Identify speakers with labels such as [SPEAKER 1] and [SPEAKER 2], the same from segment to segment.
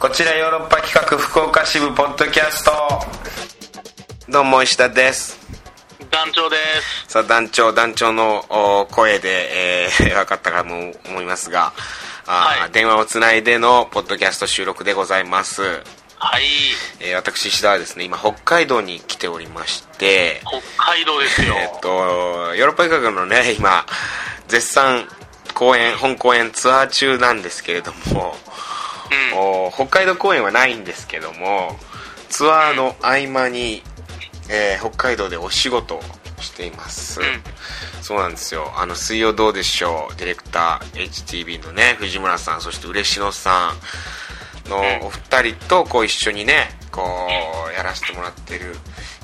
[SPEAKER 1] こちらヨーロッパ企画福岡支部ポッドキャストどうも石田です
[SPEAKER 2] 団長です
[SPEAKER 1] さあ団長団長のお声で、えー分かったかも思いますがあー、
[SPEAKER 2] はい
[SPEAKER 1] 電話をつないでのポッドキャスト収録でございます、
[SPEAKER 2] はい
[SPEAKER 1] えー私石田はですね今北海道に来ておりまして
[SPEAKER 2] 北海道ですよ、
[SPEAKER 1] えっとヨーロッパ企画のね今絶賛公演本公演ツアー中なんですけれども
[SPEAKER 2] うん
[SPEAKER 1] お北海道公演はないんですけどもツアーの合間に、えー北海道でお仕事をしています、
[SPEAKER 2] うん
[SPEAKER 1] そうなんですよあの水曜どうでしょうディレクター HTV のね藤村さんそして嬉野さんの
[SPEAKER 2] うん
[SPEAKER 1] お二人とこう一緒にねこうやらせてもらってる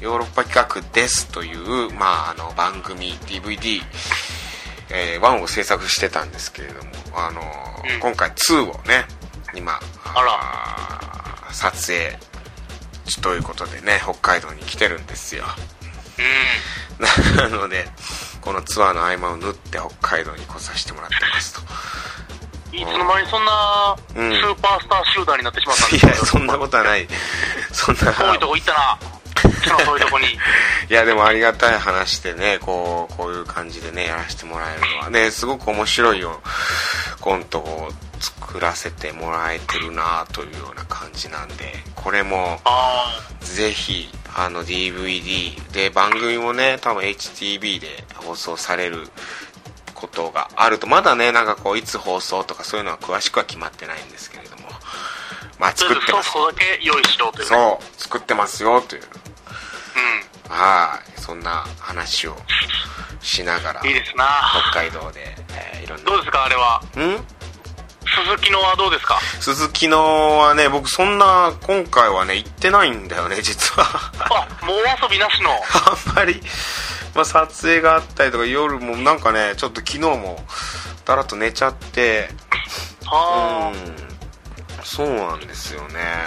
[SPEAKER 1] ヨーロッパ企画ですという、まあ、あの番組 DVD えー、1を制作してたんですけれども、あのー
[SPEAKER 2] うん
[SPEAKER 1] 今回2をね今
[SPEAKER 2] あ
[SPEAKER 1] ー撮影ということでね北海道に来てるんですよ
[SPEAKER 2] う
[SPEAKER 1] なのでこのツアーの合間を縫って北海道に来させてもらってますと
[SPEAKER 2] んいつの間にそんなス
[SPEAKER 1] うん
[SPEAKER 2] ーパースター集団になってしまったんで
[SPEAKER 1] い
[SPEAKER 2] すか
[SPEAKER 1] やそんなことはない そんな
[SPEAKER 2] 遠いとこ行ったなうちの遠いとこに
[SPEAKER 1] いやでもありがたい話でねこうこういう感じでねやらせてもらえるのはねすごく面白いよコントを作らせてもらえてるなというような感じなんでこれも
[SPEAKER 2] あ
[SPEAKER 1] ぜひあの DVD で番組もね多分 HTV で放送されることがあるとまだねなんかこういつ放送とかそういうのは詳しくは決まってないんですけれどもまあ
[SPEAKER 2] あと
[SPEAKER 1] 作
[SPEAKER 2] りあえ
[SPEAKER 1] って
[SPEAKER 2] ず一
[SPEAKER 1] ます
[SPEAKER 2] つだけ用意しようというね
[SPEAKER 1] そう作ってますよというはいそんな話をしながら
[SPEAKER 2] うんいい
[SPEAKER 1] 北
[SPEAKER 2] ですな
[SPEAKER 1] 海道で、えーいろん
[SPEAKER 2] どうですかあれは
[SPEAKER 1] なうん
[SPEAKER 2] 鈴木のはどうですか
[SPEAKER 1] 鈴木のはね僕そんな今回はね行ってないんだよね実は
[SPEAKER 2] あもう遊びなしの
[SPEAKER 1] あんまり、まあ、撮影があったりとか夜もなんかねちょっと昨日もだらっと寝ちゃって
[SPEAKER 2] あ
[SPEAKER 1] うんそうなんですよね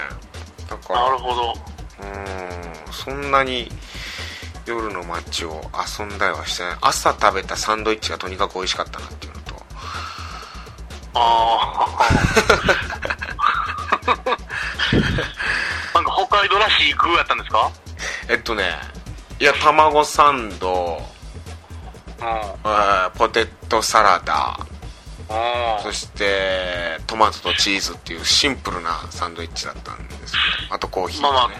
[SPEAKER 1] だ
[SPEAKER 2] あ
[SPEAKER 1] か
[SPEAKER 2] な
[SPEAKER 1] ら
[SPEAKER 2] るほど
[SPEAKER 1] うんそんなに夜の街を遊んだりはしてない朝食べたサンドイッチがとにかく美味しかったなっていうのと
[SPEAKER 2] ああ なんか北海道らしい具やったんですか
[SPEAKER 1] えっとねいや卵サンド
[SPEAKER 2] うん
[SPEAKER 1] えーポテトサラダ
[SPEAKER 2] あ
[SPEAKER 1] そしてトマトとチーズっていうシンプルなサンドイッチだったんですけどあとコーヒー、ね、
[SPEAKER 2] まあまあ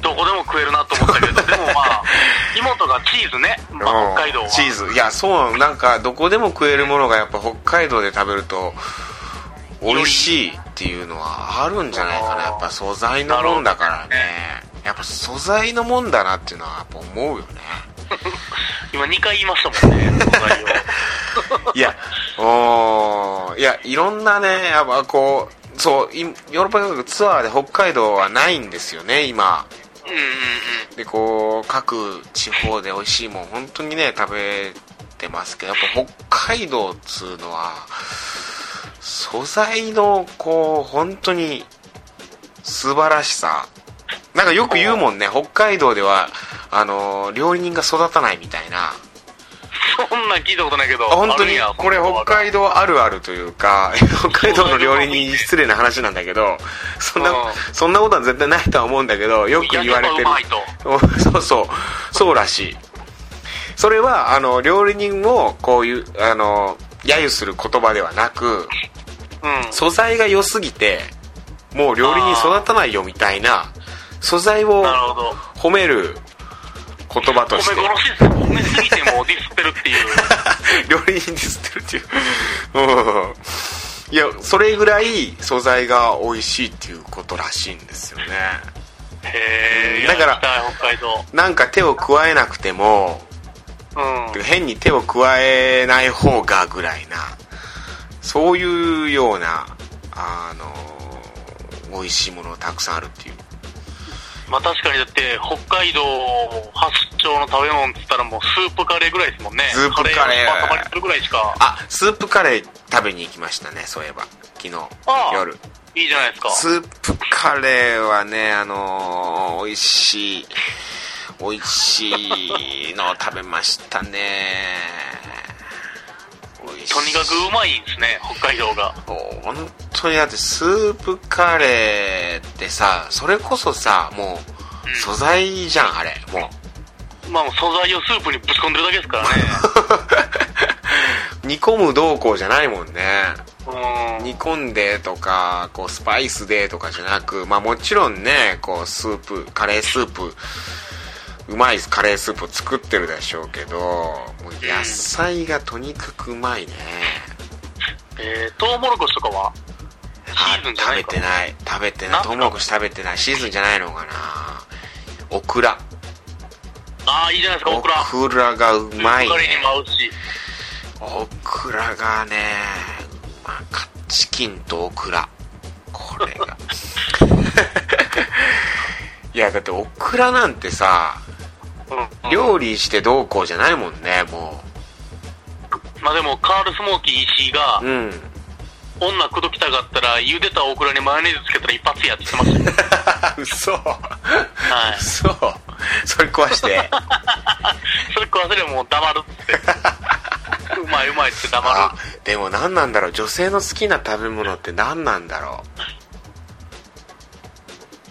[SPEAKER 2] どこでも食えるなと思った けどでもまあ芋とかチーズね、ま
[SPEAKER 1] う
[SPEAKER 2] あ、
[SPEAKER 1] ん
[SPEAKER 2] 北海道は
[SPEAKER 1] チーズいやそうなのなんかどこでも食えるものがやっぱ北海道で食べると美味しいっていうのはあるんじゃないかな
[SPEAKER 2] あー
[SPEAKER 1] やっぱ素材のもんだからねやっぱ素材のもんだなっていうのはやっぱ思うよね
[SPEAKER 2] 今2回言いましたもんね北海道
[SPEAKER 1] いや おーいやいろんなねやっぱこうそういヨーロッパ各国ツアーで北海道はないんですよね今
[SPEAKER 2] うんうんうん
[SPEAKER 1] でこう各地方で美味しいもん本当にね食べてますけどやっぱ北海道っつうのは素材のこう本当に素晴らしさなんかよく言うもんね北海道ではあの料理人が育たないみたいな
[SPEAKER 2] そんなん聞いたことないけど
[SPEAKER 1] あ本当
[SPEAKER 2] あるん
[SPEAKER 1] に
[SPEAKER 2] や
[SPEAKER 1] これ北海道あるあるというか北海道の料理人に失礼な話なんだけどそんな
[SPEAKER 2] うん
[SPEAKER 1] そんなことは絶対ないとは思うんだけどよく言われてる
[SPEAKER 2] 焼けばうまい
[SPEAKER 1] お そうそうそうらしいそれはあの料理人をこういうあの揶揄する言葉ではなく
[SPEAKER 2] とうん
[SPEAKER 1] 素材が良すぎてもう料理人育たないよみたいな素材を
[SPEAKER 2] なるほど
[SPEAKER 1] 褒める言葉として
[SPEAKER 2] 米殺しですよ米すぎてもうディスってるっていう
[SPEAKER 1] 料理人ですってるっていううんいやそれぐらい素材が美味しいっていうことらしいんですよね
[SPEAKER 2] へえ
[SPEAKER 1] だから
[SPEAKER 2] 北海道
[SPEAKER 1] なんか手を加えなくても
[SPEAKER 2] うん
[SPEAKER 1] 変に手を加えない方がぐらいなそういうようなあの美味しいものがたくさんあるっていう
[SPEAKER 2] まあ確かにだって北海道発祥の食べ物っつったらもうスープカレーぐらいですもんね
[SPEAKER 1] スープカレー
[SPEAKER 2] をバカバカにするぐらいしか
[SPEAKER 1] あスープカレー食べに行きましたねそういえば昨日
[SPEAKER 2] ああ
[SPEAKER 1] 夜
[SPEAKER 2] いいじゃないですか
[SPEAKER 1] スープカレーはねあのー美味しい美味しいのを食べましたね美味
[SPEAKER 2] とにかくうまいんですね北海道が
[SPEAKER 1] もう本当にだってスープカレーってさそれこそさもう素材じゃんあれも
[SPEAKER 2] まあもう素材をスープにぶち込んでるだけですからね
[SPEAKER 1] う煮込むどうこうじゃないもんね
[SPEAKER 2] うん
[SPEAKER 1] 煮込んでとかこうスパイスでとかじゃなくまあもちろんねこうスープカレースープうまいカレースープを作ってるでしょうけどもう野菜がとにかくうまいね、
[SPEAKER 2] えー、トウモロコシとかはシーズンじゃ
[SPEAKER 1] 食
[SPEAKER 2] な
[SPEAKER 1] べ
[SPEAKER 2] いか
[SPEAKER 1] てない食べて
[SPEAKER 2] な
[SPEAKER 1] なんい
[SPEAKER 2] か
[SPEAKER 1] トウモロコシ食べてないシーズンじゃないのかなオクラ
[SPEAKER 2] ああいいじゃないですかオクラ
[SPEAKER 1] オクラがうまい、
[SPEAKER 2] スー
[SPEAKER 1] ね
[SPEAKER 2] プカレーにも合うし
[SPEAKER 1] オクラがねうまかったチキンとオクラこれ がいやだってオクラなんてさ
[SPEAKER 2] うん
[SPEAKER 1] 料理してどうこうじゃないもんねも
[SPEAKER 2] まあでもカールスモーキー石井が
[SPEAKER 1] う うん
[SPEAKER 2] 女口説きたかったら茹でたオクラにマヨネーズつけたら一発やって言ってました よ
[SPEAKER 1] 嘘
[SPEAKER 2] はい
[SPEAKER 1] 嘘それ壊 して
[SPEAKER 2] それ食わせればもう黙るっつ ってうまいうまいっつって黙る
[SPEAKER 1] あでも何なんだろう女性の好きな食べ物って何なんだろ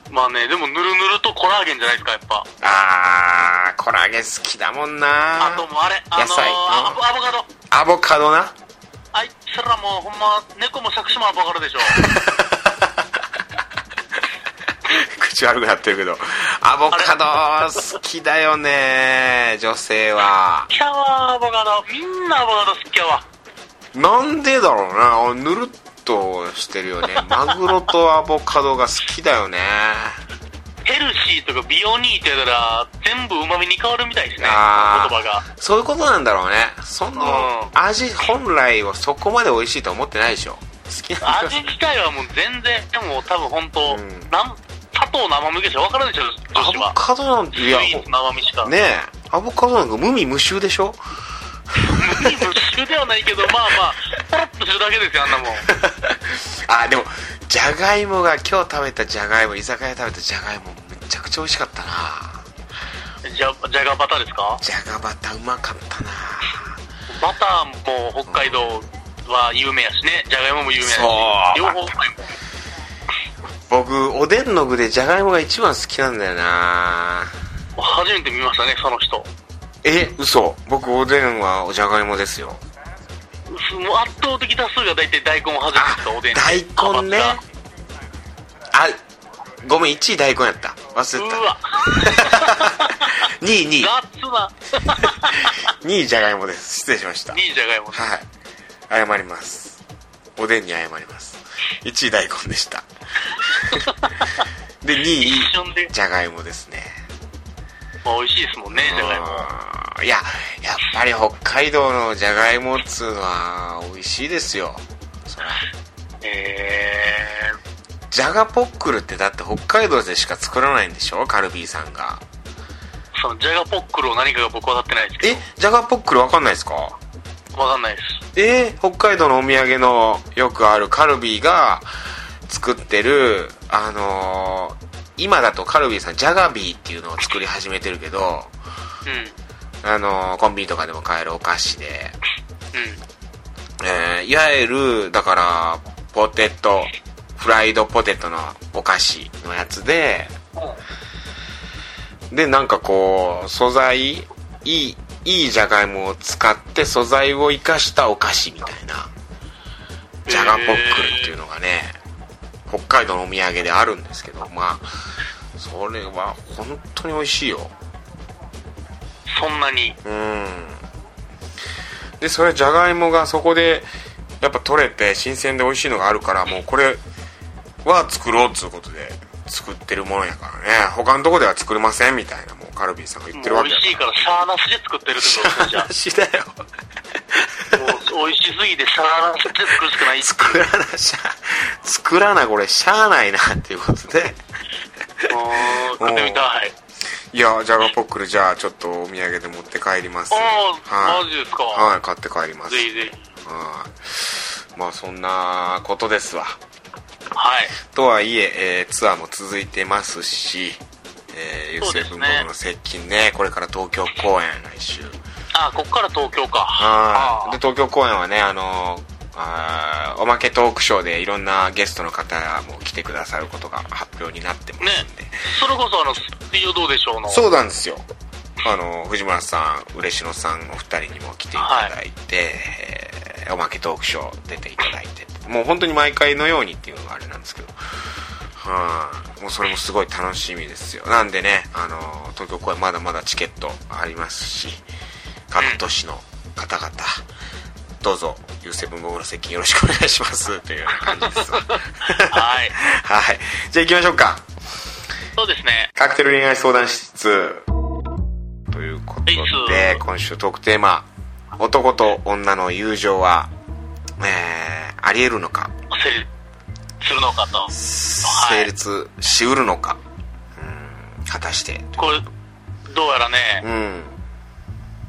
[SPEAKER 1] う
[SPEAKER 2] まあねでもぬるぬるとコラーゲンじゃないですかやっぱ
[SPEAKER 1] あーコラーゲン好きだもんな
[SPEAKER 2] あともうあれあの
[SPEAKER 1] 野菜うん
[SPEAKER 2] ー、アボアボカド
[SPEAKER 1] アボカドな
[SPEAKER 2] あいつらもうほんま猫も借子もアボカドでしょ
[SPEAKER 1] 口悪くなってるけどアボカド好きだよね女性は
[SPEAKER 2] キャワーアボカドみんなアボカド好きやわ
[SPEAKER 1] なんでだろうなあぬるっとしてるよ ねマグロとアボカドが好きだよね
[SPEAKER 2] ヘルシーとか美容にいいって言ったら全部うまみに変わるみたいですね言
[SPEAKER 1] あー
[SPEAKER 2] 葉が
[SPEAKER 1] そういうことなんだろうねその
[SPEAKER 2] うん
[SPEAKER 1] 味本来をそこまで美味しいと思ってないでしょ好きな
[SPEAKER 2] 味自体はもう全然でも多分本当、
[SPEAKER 1] うん
[SPEAKER 2] なん砂糖の甘みぐらいしか分からないでしょ女
[SPEAKER 1] ア
[SPEAKER 2] 子
[SPEAKER 1] ボ
[SPEAKER 2] は
[SPEAKER 1] カドなんて
[SPEAKER 2] ス
[SPEAKER 1] い
[SPEAKER 2] イ
[SPEAKER 1] や
[SPEAKER 2] ーツの甘みしか、
[SPEAKER 1] ねえアボカドなんか無味無臭でしょ
[SPEAKER 2] 無理無臭ではないけどまあまあポロッとするだけですよあんなもん
[SPEAKER 1] あでもじゃがいもが今日食べたじゃがいも居酒屋で食べたじゃがいもめちゃくちゃ美味しかったな
[SPEAKER 2] じゃじゃがバターですか
[SPEAKER 1] じゃがバターうまかったな
[SPEAKER 2] バターも北海道は有名やしねじゃがいもも有名やし
[SPEAKER 1] そう
[SPEAKER 2] 両方うまいもん
[SPEAKER 1] 僕おでんの具でじゃがいもが一番好きなんだよな
[SPEAKER 2] 初めて見ましたねその人
[SPEAKER 1] え嘘僕おでんはじゃがいもですよ
[SPEAKER 2] すもう圧倒的多数が大体大根を初めてしたおでん
[SPEAKER 1] 大根ね
[SPEAKER 2] あ
[SPEAKER 1] あごめん1位大根やった忘
[SPEAKER 2] バタ
[SPEAKER 1] れ
[SPEAKER 2] ー
[SPEAKER 1] て
[SPEAKER 2] う
[SPEAKER 1] た
[SPEAKER 2] わ
[SPEAKER 1] 2位2位
[SPEAKER 2] ガッツな
[SPEAKER 1] 2位じゃがいもです失礼しました
[SPEAKER 2] いいじゃがいも
[SPEAKER 1] はい謝りますおでんに謝ります1位大根でしたで2
[SPEAKER 2] 一
[SPEAKER 1] 位
[SPEAKER 2] 瞬で、
[SPEAKER 1] じゃがいもですね
[SPEAKER 2] まあ、美味しいですもんねじゃがいも
[SPEAKER 1] うんいややっぱり北海道のじゃがいもっつうのは美味しいですよそら
[SPEAKER 2] え
[SPEAKER 1] じゃがポックルってだって北海道でしか作らないんでしょカルビーさんが
[SPEAKER 2] ー、そのじゃがポックルを何かが僕は分かってないですけ
[SPEAKER 1] えじゃがポックルわかんないですか
[SPEAKER 2] ど分かんないです
[SPEAKER 1] えー北海道のお土産のよくあるカルビーが作ってるあのー今だとカルビーさんジャガビーっていうのを作り始めてるけど
[SPEAKER 2] う
[SPEAKER 1] あのーコンビニとかでも買えるお菓子で、
[SPEAKER 2] んうん
[SPEAKER 1] えーいわゆるだからポテトフライドポテトのお菓子のやつででなんかこう素材いいいいじゃがいもを使って素材を生かしたお菓子みたいなじゃがポックルっていうのがね北海道のお土産であるんですけどまあそれは本当に美味しいよ
[SPEAKER 2] そんなに
[SPEAKER 1] うんでそれじゃがいもがそこでやっぱ取れて新鮮で美味しいのがあるからもうこれは作ろうっつうことで作ってるものやからね他のとこでは作れませんみたいなもうカルビーさんが言ってる
[SPEAKER 2] も
[SPEAKER 1] わ
[SPEAKER 2] う
[SPEAKER 1] け
[SPEAKER 2] 美
[SPEAKER 1] や
[SPEAKER 2] 味しいからシャーなしで作ってるってことですねじゃあ
[SPEAKER 1] しだよ
[SPEAKER 2] もう美味しすぎてシャーなしで作るしかな い
[SPEAKER 1] 作らなしゃ作らなこれしゃあないなっていうことで
[SPEAKER 2] もう食ってみたい
[SPEAKER 1] いやじゃがポックルじゃあちょっとお土産で持って帰ります
[SPEAKER 2] お
[SPEAKER 1] は
[SPEAKER 2] お
[SPEAKER 1] い
[SPEAKER 2] マジですか、
[SPEAKER 1] はい買って帰ります
[SPEAKER 2] ぜひぜひ
[SPEAKER 1] はいまあそんなことですわ
[SPEAKER 2] はい
[SPEAKER 1] とはいええーツアーも続いてますし、えー、
[SPEAKER 2] そうですね
[SPEAKER 1] U7 ボールの接近ねこれから東京公演来週
[SPEAKER 2] あこっから東京か
[SPEAKER 1] は
[SPEAKER 2] あ
[SPEAKER 1] いで東京公演はねあのあーおまけトークショーでいろんなゲストの方も来てくださることが発表になってますんで、
[SPEAKER 2] それこそあの水曜どうでしょうの
[SPEAKER 1] そうなんですよあの藤村さん嬉野さんお二人にも来ていただいて、えーおまけトークショー出ていただいてもう本当に毎回のようにっていうのがあれなんですけどはいもうそれもすごい楽しみですよなんでねあの東京公演まだまだチケットありますし各都市の方々どうぞ U7 ゴール席よろしくお願いしますというような感じですわ
[SPEAKER 2] はい
[SPEAKER 1] はいじゃあ行きましょうか
[SPEAKER 2] そうですね
[SPEAKER 1] カクテル恋愛相談室ということ
[SPEAKER 2] はい
[SPEAKER 1] で今週トークテーマ「男と女の友情は、えー、ありえるのか
[SPEAKER 2] 成立するのかとい
[SPEAKER 1] 成立しうるのか、うん、果たして
[SPEAKER 2] これどうやら
[SPEAKER 1] う
[SPEAKER 2] ね
[SPEAKER 1] ん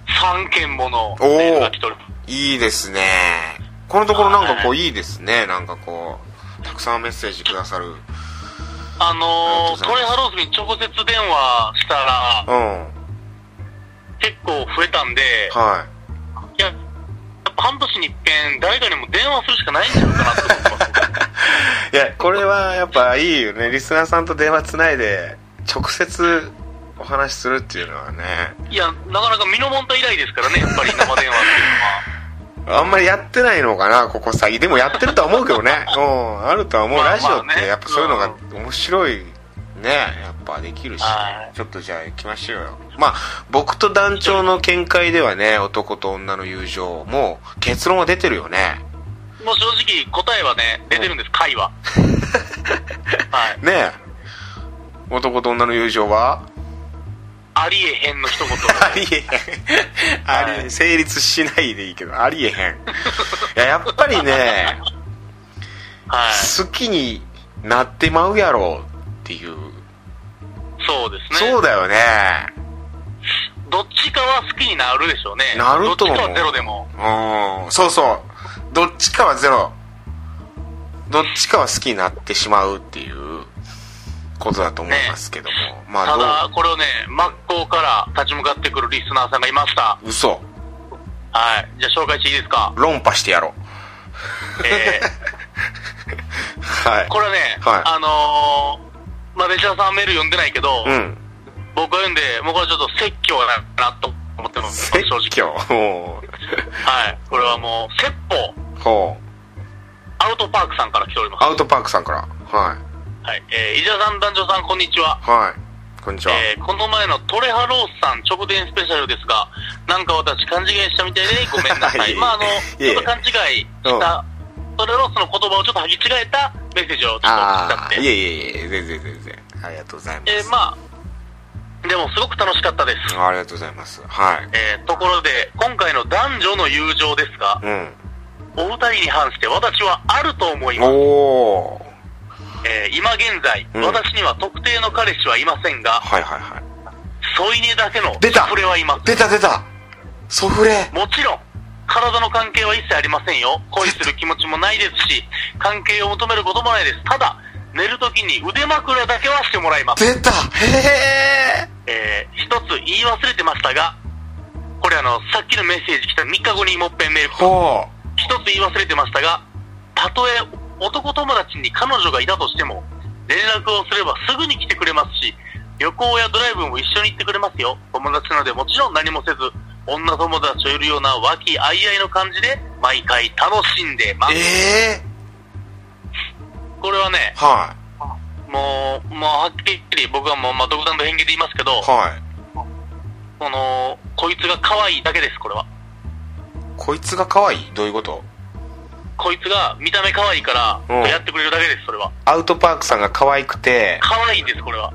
[SPEAKER 2] 3件ものメールが来ておる
[SPEAKER 1] いいですねこのところなんかこ
[SPEAKER 2] は
[SPEAKER 1] ういいですねなんかこうたくさんメッセージくださる
[SPEAKER 2] あ
[SPEAKER 1] あ
[SPEAKER 2] の
[SPEAKER 1] りがとうございます
[SPEAKER 2] ートレハローズに直接電話したら
[SPEAKER 1] うん
[SPEAKER 2] 結構増えたんで
[SPEAKER 1] はい
[SPEAKER 2] ややっぱ半年に一遍誰かにも電話するしかないんじゃないかなって思って ます
[SPEAKER 1] いやこれはやっぱいいよねリスナーさんと電話つないで直接お話しするっていうのはね
[SPEAKER 2] いや、なかなか身の問題以来ですからね、やっぱり生電話っていうのは。
[SPEAKER 1] あんまりやってないのかなここ詐欺でもやってるとは思うけどね うんあるとは思う
[SPEAKER 2] まあ
[SPEAKER 1] ラジオっ
[SPEAKER 2] まあ
[SPEAKER 1] て
[SPEAKER 2] ね
[SPEAKER 1] やっぱそういうのが面白いねやっぱできるし
[SPEAKER 2] は
[SPEAKER 1] ちょっとじゃあ行きましょうよまあ僕と団長の見解ではね男と女の友情もう結論は出てるよね
[SPEAKER 2] もう正直、答えはね、出てるんです、会話。はい。
[SPEAKER 1] ねえ男と女の友情は
[SPEAKER 2] ありえへんの 一言。
[SPEAKER 1] ありえへん。ありえへん成立しないでいいけど、ありえへん。いや、やっぱりね、
[SPEAKER 2] はい。
[SPEAKER 1] 好きになってまうやろっていう。
[SPEAKER 2] そうですね。
[SPEAKER 1] そうだよね。
[SPEAKER 2] どっちかは好きになるでしょうね。
[SPEAKER 1] なると思う
[SPEAKER 2] どっちかはゼロでも。
[SPEAKER 1] うん、そうそう。どっちかはゼロ。どっちかは好きになってしまうっていうことだと思いますけども。ま
[SPEAKER 2] た
[SPEAKER 1] あ、
[SPEAKER 2] だ、これをね、真っ向から立ち向かってくるリスナーさんがいました。
[SPEAKER 1] どう、嘘。
[SPEAKER 2] はい。じゃあ紹介していいで すか
[SPEAKER 1] 論破してやろう。
[SPEAKER 2] え
[SPEAKER 1] はい
[SPEAKER 2] ー、。これはね、
[SPEAKER 1] はい
[SPEAKER 2] あのー、まあ、レジャーさんメール読んでないけど、
[SPEAKER 1] うん。
[SPEAKER 2] 僕は読んで、もうこれちょっと説教だなと思ってます、
[SPEAKER 1] 説
[SPEAKER 2] 正直。
[SPEAKER 1] 教。ほ
[SPEAKER 2] はい。これはもう、説法、
[SPEAKER 1] う。ほう。
[SPEAKER 2] アウトパークさんから来ております。
[SPEAKER 1] アウトパークさんから。はい。
[SPEAKER 2] はい。えー、伊沢さん、男女さん、こんにちは。
[SPEAKER 1] はい。こんにちは。
[SPEAKER 2] えー、この前のトレハロースさん直伝スペシャルですが、なんか私勘違いしたみたいでごめんなさ
[SPEAKER 1] いえ
[SPEAKER 2] い。
[SPEAKER 1] いえ
[SPEAKER 2] まあ、あの、
[SPEAKER 1] いえい
[SPEAKER 2] ちょ
[SPEAKER 1] え
[SPEAKER 2] っと勘違いした、トレハロースの言葉をちょっと履き違えたメッセージをちょっと送っちゃ
[SPEAKER 1] あ
[SPEAKER 2] っ
[SPEAKER 1] あ、い
[SPEAKER 2] て。
[SPEAKER 1] えいえいえ、全然全然。ありがとうございます。
[SPEAKER 2] えー、まあ、でもすごく楽しかったです。
[SPEAKER 1] あ、りがとうございます。はい。
[SPEAKER 2] えー、ところで、今回の男女の友情ですが、
[SPEAKER 1] うん。
[SPEAKER 2] お二人に反して私はあると思います。
[SPEAKER 1] おー。
[SPEAKER 2] えー今現在、
[SPEAKER 1] うん
[SPEAKER 2] 私には特定の彼氏はいませんが、
[SPEAKER 1] はいはいはい。
[SPEAKER 2] 添い寝だけの
[SPEAKER 1] 出た
[SPEAKER 2] 触れはいます。
[SPEAKER 1] 出た出たソフレ
[SPEAKER 2] もちろん、体の関係は一切ありませんよ。恋する気持ちもないですし、関係を求めることもないです。ただ、寝るときに腕枕だけはしてもらいます。
[SPEAKER 1] 出たへえ
[SPEAKER 2] えー、一つ言い忘れてましたが、これあの、さっきのメッセージ来た3日後にもっぺんメール、
[SPEAKER 1] ほ
[SPEAKER 2] 一つ言い忘れてましたが、たとえ男友達に彼女がいたとしても、連絡をすればすぐに来てくれますし、旅行やドライブも一緒に行ってくれますよ。友達なのでもちろん何もせず、女友達といるような和気あいあいの感じで、毎回楽しんでま
[SPEAKER 1] う
[SPEAKER 2] す。
[SPEAKER 1] ええ
[SPEAKER 2] これはね、
[SPEAKER 1] は
[SPEAKER 2] もう、もうはっきり僕はもう、まあ、独断と偏見で言いますけど
[SPEAKER 1] い。、はい。
[SPEAKER 2] その、こいつが可愛いだけです、これは。
[SPEAKER 1] こいつが可愛いどういうこと
[SPEAKER 2] こいつが見た目可愛いか
[SPEAKER 1] うん
[SPEAKER 2] ら、やってくれるだけです、それは。
[SPEAKER 1] アウトパークさんが可愛く て、
[SPEAKER 2] 可愛いんです、これは。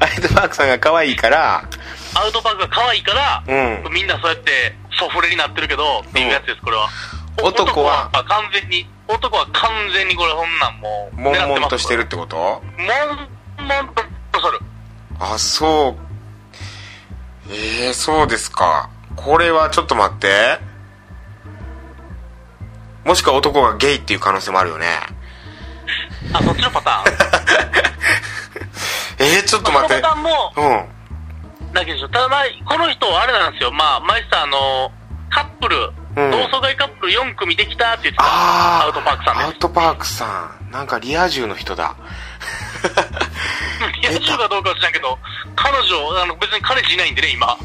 [SPEAKER 1] アウトパークさんが可愛いから、
[SPEAKER 2] アウトパークが可愛いから、
[SPEAKER 1] うん。
[SPEAKER 2] みんなそうやってソフレになってるけど、っていうやつです、これは。
[SPEAKER 1] うん男は
[SPEAKER 2] 男完全に、男は完全にこれ、そんなんもう、
[SPEAKER 1] 悶々として
[SPEAKER 2] る。
[SPEAKER 1] るってこと
[SPEAKER 2] 悶々と する。
[SPEAKER 1] あ、そう。ええそうですか。これはちょっと待って。もしくは男がゲイっていう可能性もあるよね。
[SPEAKER 2] あ、そっちのパターン。
[SPEAKER 1] ええちょっと
[SPEAKER 2] その
[SPEAKER 1] 待
[SPEAKER 2] パ
[SPEAKER 1] って
[SPEAKER 2] タ。ーンも、
[SPEAKER 1] うん。
[SPEAKER 2] だけど、ただまあ、この人、あれなんですよ。まあ、マイスターあの、カップル、
[SPEAKER 1] うん
[SPEAKER 2] 同窓会カップル4組できたって言って
[SPEAKER 1] あ
[SPEAKER 2] た、
[SPEAKER 1] ー
[SPEAKER 2] アウトパークさ
[SPEAKER 1] ア
[SPEAKER 2] ん
[SPEAKER 1] ウ
[SPEAKER 2] で
[SPEAKER 1] トパークさんなんかリア充の人だ
[SPEAKER 2] す。リア充かどうかは知らんけど、彼女、あの、別に彼氏いないんでね、今。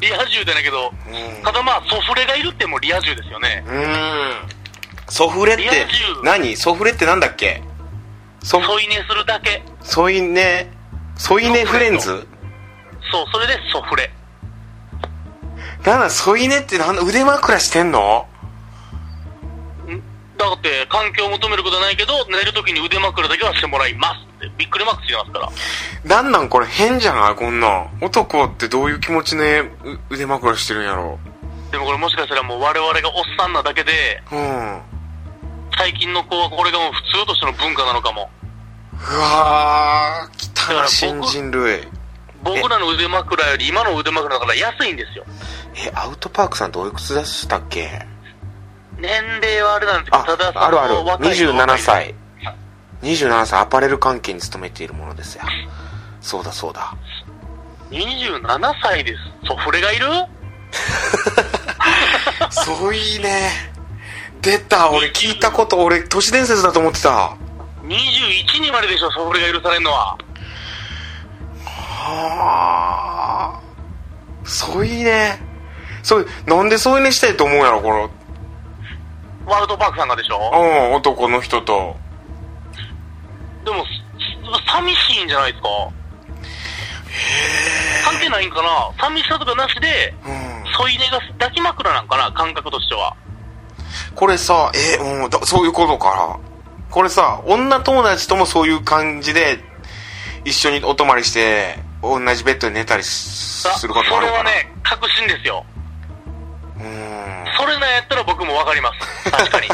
[SPEAKER 2] リア充じゃないけど、
[SPEAKER 1] うん
[SPEAKER 2] ただまあ、ソフレがいるってもうリア充ですよね。
[SPEAKER 1] うーんソフレって
[SPEAKER 2] リア充
[SPEAKER 1] 何ソフレってなんだっけソ
[SPEAKER 2] 添い寝するだけ。
[SPEAKER 1] ソイネソイネフレンズ
[SPEAKER 2] そう、それでソフレ。
[SPEAKER 1] なんだソイネってなんだ腕枕してんの
[SPEAKER 2] だって、環境を求めることはないけど、寝るときに腕枕だけはしてもらいますって。びっくりマックス言いますから。
[SPEAKER 1] なんなんこれ変じゃないこんなん男ってどういう気持ちでう腕枕してるんやろ
[SPEAKER 2] でもこれもしかしたらもう我々がおっさんなだけで、
[SPEAKER 1] うんうわ
[SPEAKER 2] 最近の子はこれがもう普通としての文化なのかも。
[SPEAKER 1] あ来た
[SPEAKER 2] だから
[SPEAKER 1] な
[SPEAKER 2] 僕
[SPEAKER 1] 新人類
[SPEAKER 2] 僕らの腕枕より今の腕枕だから安いんですよ。
[SPEAKER 1] えアウトパークさんどういくつでしたっけ
[SPEAKER 2] 年齢はあれなんですけど、
[SPEAKER 1] あ
[SPEAKER 2] ただその
[SPEAKER 1] あるある
[SPEAKER 2] 若い人
[SPEAKER 1] 27。歳27歳アパレル関係に勤めているものですよそうだそうだ
[SPEAKER 2] 27歳です。ソフレがいる
[SPEAKER 1] そういいね。出た、俺聞いたこと、俺都市伝説だと思ってた。
[SPEAKER 2] ?21 にまででしょ、ソフレが許されるのは。
[SPEAKER 1] はあ。そういいね。そう、なんでそういうねしたいと思うやろ、この、
[SPEAKER 2] ワールドパークさんがでしょ
[SPEAKER 1] うん、男の人と。
[SPEAKER 2] でも、す寂しいんじゃないですか関係ないんかな寂しさとかなしで、
[SPEAKER 1] うん。
[SPEAKER 2] 添い寝が抱き枕なんかな感覚としては。
[SPEAKER 1] これさ、え、うん、だそういうことか。これさ、女友達ともそういう感じで、一緒にお泊まりして、同じベッドに寝たりす
[SPEAKER 2] あ
[SPEAKER 1] することもあるのかな。
[SPEAKER 2] それはね、確信ですよ。
[SPEAKER 1] うん。
[SPEAKER 2] それなんやったら僕もわかります。確かに。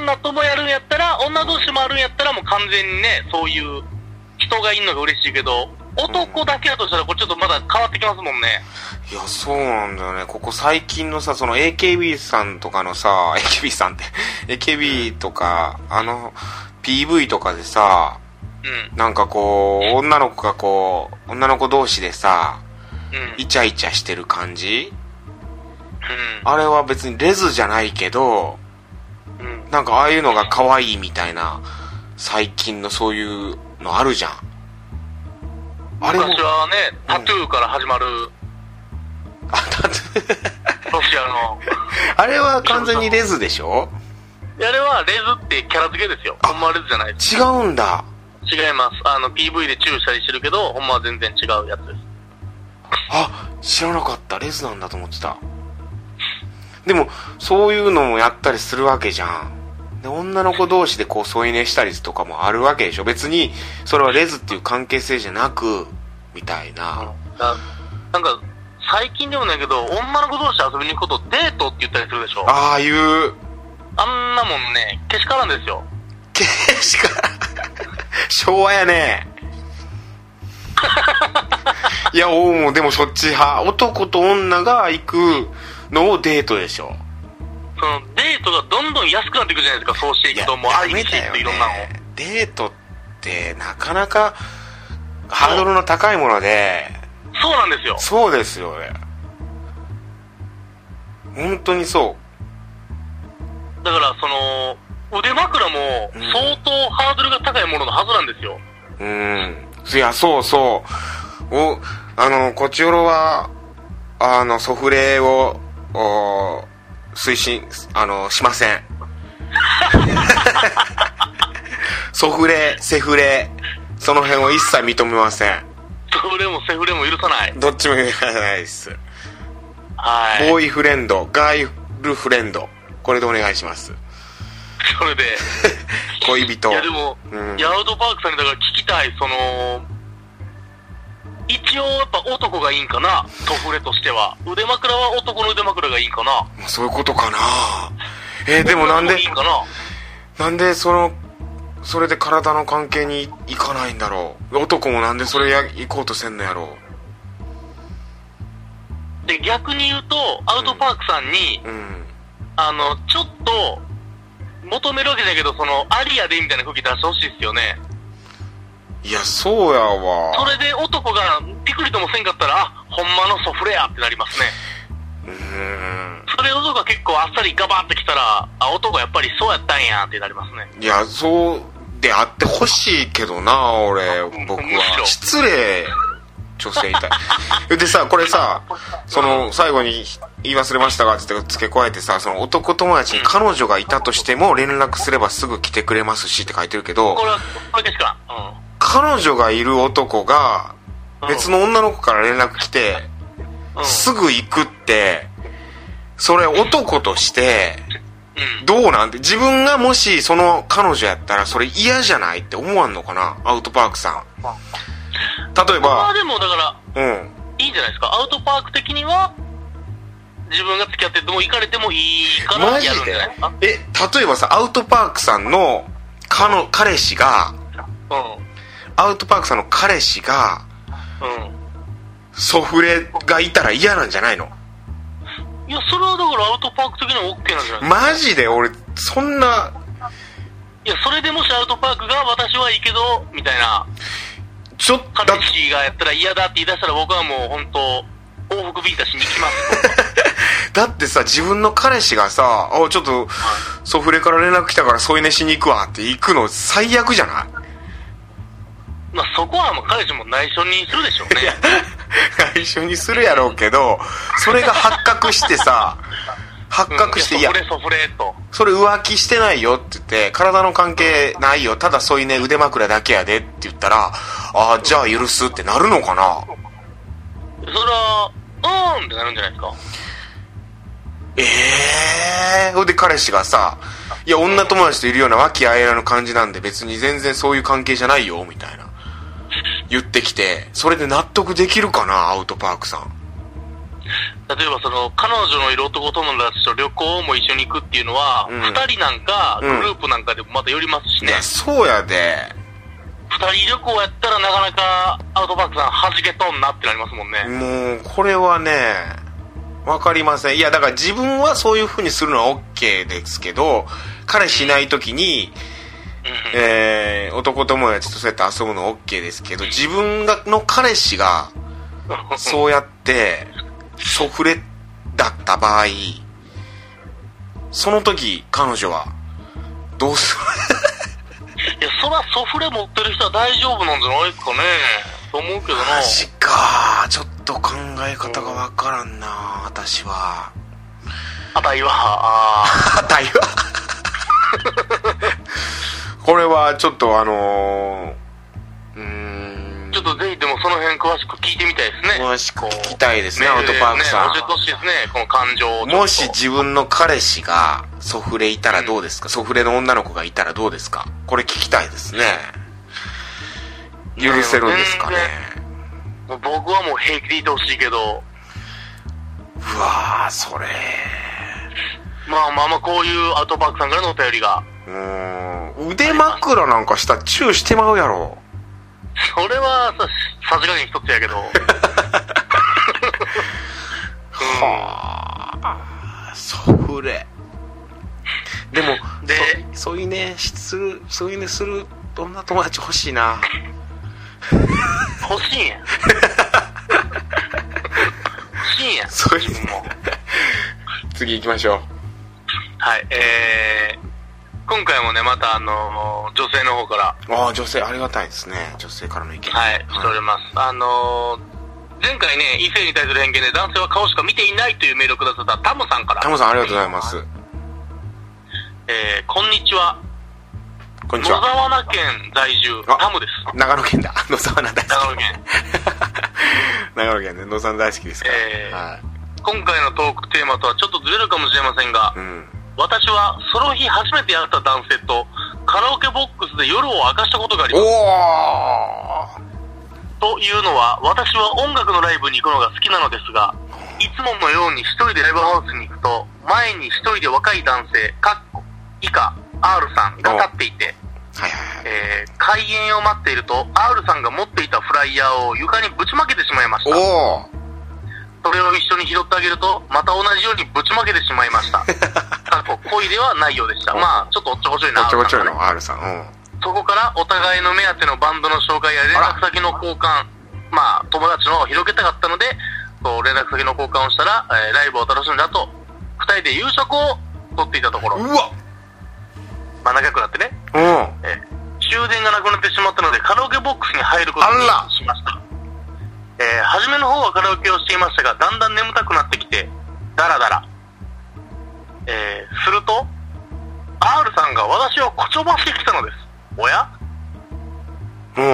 [SPEAKER 2] 女ともやるんやったら、女同士もあるんやったらもう完全にね、そういう人がいるのが嬉しいけど、男だけだとしたらこれちょっとまだ変わってきますもんね。
[SPEAKER 1] いや、そうなんだよね。ここ最近のさ、その AKB さんとかのさ、AKB さんって、AKB とか、あの、PV とかでさ、
[SPEAKER 2] うん。
[SPEAKER 1] なんかこう、女の子がこう、女の子同士でさ、
[SPEAKER 2] うん。
[SPEAKER 1] イチャイチャしてる感じ
[SPEAKER 2] う
[SPEAKER 1] あれは別にレズじゃないけど、
[SPEAKER 2] ん。うん。
[SPEAKER 1] なんかああいうのが可愛いみたいな、最近のそういうのあるじゃん。あれも
[SPEAKER 2] 昔、はね、タトゥーから始まる、
[SPEAKER 1] あだって
[SPEAKER 2] ロシア の。
[SPEAKER 1] あれは完全にレズでしょ
[SPEAKER 2] あれはレズってキャラ付けですよ。ほんまはレズじゃないです。
[SPEAKER 1] 違うんだ。
[SPEAKER 2] 違います。あの、PV でチューしたりしてるけど、ほんまは全然違うやつです。
[SPEAKER 1] あ知らなかったレズなんだと思ってたでもそういうのもやったりするわけじゃんで女の子同士でこう添い寝したりとかもあるわけでしょ別にそれはレズっていう関係性じゃなくみたいな
[SPEAKER 2] だなんか、最近でもないけど、女の子同士遊びに行くことをデートって言ったりするでしょあ
[SPEAKER 1] ああいうん
[SPEAKER 2] なもんね、けしからんですよ。
[SPEAKER 1] 景色から昭和やねいやおうもうでもそっち派男と女が行くのをデートでしょ
[SPEAKER 2] その、デートがどんどん安くなっていくじゃないですか、そうしていくと、もう愛していくといろんなの。
[SPEAKER 1] デートってなかなかハードルの高いもので
[SPEAKER 2] そうなんですよ。
[SPEAKER 1] そうですよね本当にそ
[SPEAKER 2] だから、その、腕枕も
[SPEAKER 1] うん
[SPEAKER 2] 相当ハードルが高いもののはずなんですよ。
[SPEAKER 1] ううんいやそうそうおあのこちおろはあのソフレをお推進あのしませんソフレセフレその辺を一切認めません
[SPEAKER 2] それもセフレも許さない。
[SPEAKER 1] どっちも言えないです
[SPEAKER 2] はい。
[SPEAKER 1] ボーイフレンド、ガールフレンド、これでお願いします。
[SPEAKER 2] それで。
[SPEAKER 1] 恋人。
[SPEAKER 2] いやでも、
[SPEAKER 1] うん
[SPEAKER 2] ヤウドパークさんにだから聞きたい、その、一応やっぱ男がいいんかな、トフレとしては。腕枕は男の腕枕がいいんかな。
[SPEAKER 1] まあそういうことかなえーでもなんで
[SPEAKER 2] いい、んかな。
[SPEAKER 1] なんでその、それで体の関係に行かないんだろう。男もなんでそれや行こうとせんのやろ
[SPEAKER 2] で、逆に言うと、アウトパークさんに、
[SPEAKER 1] う。うん。
[SPEAKER 2] あの、ちょっと、求めるわけだけど、その、アリアでみたいな空気出してほしいですよね。
[SPEAKER 1] いや、そうやわ。
[SPEAKER 2] それで男がピクリともせんかったら、あ、ほんまのソフレやってなりますね。
[SPEAKER 1] うーん。
[SPEAKER 2] それ男が結構あっさりガバってきたら、あ、男やっぱりそうやったんやってなりますね。
[SPEAKER 1] いや、そうであってほしいけどな、俺、僕
[SPEAKER 2] むし
[SPEAKER 1] は。
[SPEAKER 2] ろ
[SPEAKER 1] 失礼、女性に対して。 でさ、これさ、その、最後に言い忘れましたが、つって付け加えてさ、その男友達に彼女がいたとしても連絡すればすぐ来てくれますしって書いてるけど
[SPEAKER 2] こ、れは、これだけしか。
[SPEAKER 1] 彼女がいる男が、
[SPEAKER 2] うん。
[SPEAKER 1] 別
[SPEAKER 2] の、
[SPEAKER 1] の女の子から連絡来て、
[SPEAKER 2] うん。
[SPEAKER 1] すぐ行くって、それ男として、
[SPEAKER 2] うん。
[SPEAKER 1] どうなんて、自分がもしその彼女やったらそれ嫌じゃないって思わんのかなアウトパークさん。例え
[SPEAKER 2] まあ
[SPEAKER 1] ば、
[SPEAKER 2] でもだから、
[SPEAKER 1] うん。
[SPEAKER 2] いいんじゃないですか。アウトパーク的には、自分が付き合ってても行かれてもいいから
[SPEAKER 1] マジ
[SPEAKER 2] やるんじ
[SPEAKER 1] で
[SPEAKER 2] ゃないですか。
[SPEAKER 1] え、例えばさ、アウトパークさんの、かの、彼氏が、アウトパークさんの彼氏が、
[SPEAKER 2] うん。うん。
[SPEAKER 1] ソフレがいたら嫌なんじゃないの
[SPEAKER 2] いや、それはだからアウトパーク的には OK なんじゃないですか。
[SPEAKER 1] マジで俺、そんな、
[SPEAKER 2] いや、それでもしアウトパークが私はいいけど、みたいな、
[SPEAKER 1] ちょっと、だ
[SPEAKER 2] 彼氏がやったら嫌だって言い出したら僕はもう本当、往復ビータしに行 きます。
[SPEAKER 1] だってさ、自分の彼氏がさ、あ、ちょっと、ソフレから連絡来たから添い寝しに行くわって行くの最悪じゃない
[SPEAKER 2] まあそこはもう彼氏も内緒にするでしょ うね。
[SPEAKER 1] 内緒にするやろうけど、それが発覚してさ、発覚して、いや
[SPEAKER 2] ソフ、レソフレと。
[SPEAKER 1] それ浮気してないよって言って、体の関係ないよ、ただ添い寝腕枕だけやでって言ったら、ああ、じゃあ許すってなるのかな
[SPEAKER 2] それは、うーんってなるんじゃないですか。
[SPEAKER 1] ええー、ほんで彼氏がさ、いや、女友達といるような和気あいあいの感じなんで別に全然そういう関係じゃないよ、みたいな。言ってきて、それで納得できるかな、アウトパークさん。
[SPEAKER 2] 例えばその、彼女のいる男友達と旅行も一緒に行くっていうのは、
[SPEAKER 1] うん
[SPEAKER 2] 二、人なんか、
[SPEAKER 1] う
[SPEAKER 2] グ
[SPEAKER 1] ん
[SPEAKER 2] ループなんかでもまた寄りますし
[SPEAKER 1] い
[SPEAKER 2] ね。
[SPEAKER 1] や、そうやで。
[SPEAKER 2] 二、人旅行やったらなかなか、アウトバックさん弾けとんなってなりますもんね。
[SPEAKER 1] もう、これはね、わかりません。いや、だから自分はそういう風にするのは OK ですけど、彼氏いない時に、
[SPEAKER 2] うん
[SPEAKER 1] えー、男友達とそうやって遊ぶのは OK ですけど、自分が、の彼氏が、そうやって、ソフレだった場合、その時、彼女は、どうす
[SPEAKER 2] いや、そらソフレ持ってる人は大丈夫なんじゃないですかね。と思うけど
[SPEAKER 1] る
[SPEAKER 2] な。
[SPEAKER 1] マジか。ちょっと考え方がわからんな、私は。
[SPEAKER 2] あたいは、あー
[SPEAKER 1] 値はこれはちょっとあのー、うーん
[SPEAKER 2] ちょっとぜひでもその辺詳しく聞いてみたいですね。
[SPEAKER 1] 詳しく聞きたいですね
[SPEAKER 2] メ
[SPEAKER 1] ア
[SPEAKER 2] ー
[SPEAKER 1] ウ
[SPEAKER 2] ル
[SPEAKER 1] ト
[SPEAKER 2] で
[SPEAKER 1] パークさ
[SPEAKER 2] ね、教えてほしいですね、この感情を
[SPEAKER 1] ん
[SPEAKER 2] ちょっと
[SPEAKER 1] もし自分の彼氏がソフレいたらどうですか、ソフレの女の子がいたらどうですかこれ聞きたいですね許せるんですかね
[SPEAKER 2] もう僕はもう平気でいてほしいけ
[SPEAKER 1] う
[SPEAKER 2] ど、
[SPEAKER 1] わーそれ
[SPEAKER 2] まあまあまあ、こういうアウトバックさんからのお便りが、
[SPEAKER 1] うーん腕枕なんかしたらチューしてまうやろ
[SPEAKER 2] それはさ、さじ加減一つやけ ど。
[SPEAKER 1] はあソフレでも
[SPEAKER 2] で
[SPEAKER 1] そそういうねしするそういうねする女友達欲しいな
[SPEAKER 2] 欲しいんや。欲しいんや。
[SPEAKER 1] そういう
[SPEAKER 2] 自分も。
[SPEAKER 1] 次行きましょう
[SPEAKER 2] はい、えー、今回もね、またあの女性の方から、
[SPEAKER 1] ああ女性ありがたいですね女性からの意見
[SPEAKER 2] はい、しております。あのー前回ね、異性に対する偏見で男性は顔しか見ていないというメールをくださったタムさんから。
[SPEAKER 1] タモさんありがとうございます
[SPEAKER 2] えー、こんにちは。
[SPEAKER 1] こん
[SPEAKER 2] 野
[SPEAKER 1] にちは
[SPEAKER 2] 沢菜県在住、
[SPEAKER 1] あ
[SPEAKER 2] タムです。
[SPEAKER 1] 長野県だ 野沢菜大好
[SPEAKER 2] 長野
[SPEAKER 1] き
[SPEAKER 2] 県。
[SPEAKER 1] 長野県ね野沢菜大好きですから、
[SPEAKER 2] えー
[SPEAKER 1] はい
[SPEAKER 2] 今回のトークテーマとはちょっとずれるかもしれませんが
[SPEAKER 1] う、ん
[SPEAKER 2] 私はその日初めて会った男性とカラオケボックスで夜を明かしたことがあり
[SPEAKER 1] お
[SPEAKER 2] ます。
[SPEAKER 1] お
[SPEAKER 2] というのは、私は音楽のライブに行くのが好きなのですが、いつものように一人でライブハウスに行くと、前に一人で若い男性、かっこ、以下、R さんが立っていて、
[SPEAKER 1] はいはいはい
[SPEAKER 2] えー開演を待っていると、R さんが持っていたフライヤーを床にぶちまけてしまいました。
[SPEAKER 1] お
[SPEAKER 2] それを一緒に拾ってあげると、また同じようにぶちまけてしまい ました。かっこ、恋ではないようでした。まあ、ちょっとおっちょこちょいな。
[SPEAKER 1] おおちょこちょい
[SPEAKER 2] R さんがね
[SPEAKER 1] の R さん
[SPEAKER 2] そこからお互いの目当てのバンドの紹介や連絡先の交換、まあ、友達の輪を広げたかったので、こう連絡先の交換をしたら、えーライブを楽しんだ後、二人で夕食をとっていたところ、
[SPEAKER 1] わ
[SPEAKER 2] まあ長くなってね、
[SPEAKER 1] うん。
[SPEAKER 2] えー終電がなくなってしまったので、カラオケボックスに入ることに
[SPEAKER 1] あら
[SPEAKER 2] しました。えー初めの方はカラオケをしていましたが、だんだん眠たくなってきて、ダラダラ。えーすると、R さんが私をこちょばしてきたのです。おや
[SPEAKER 1] うん。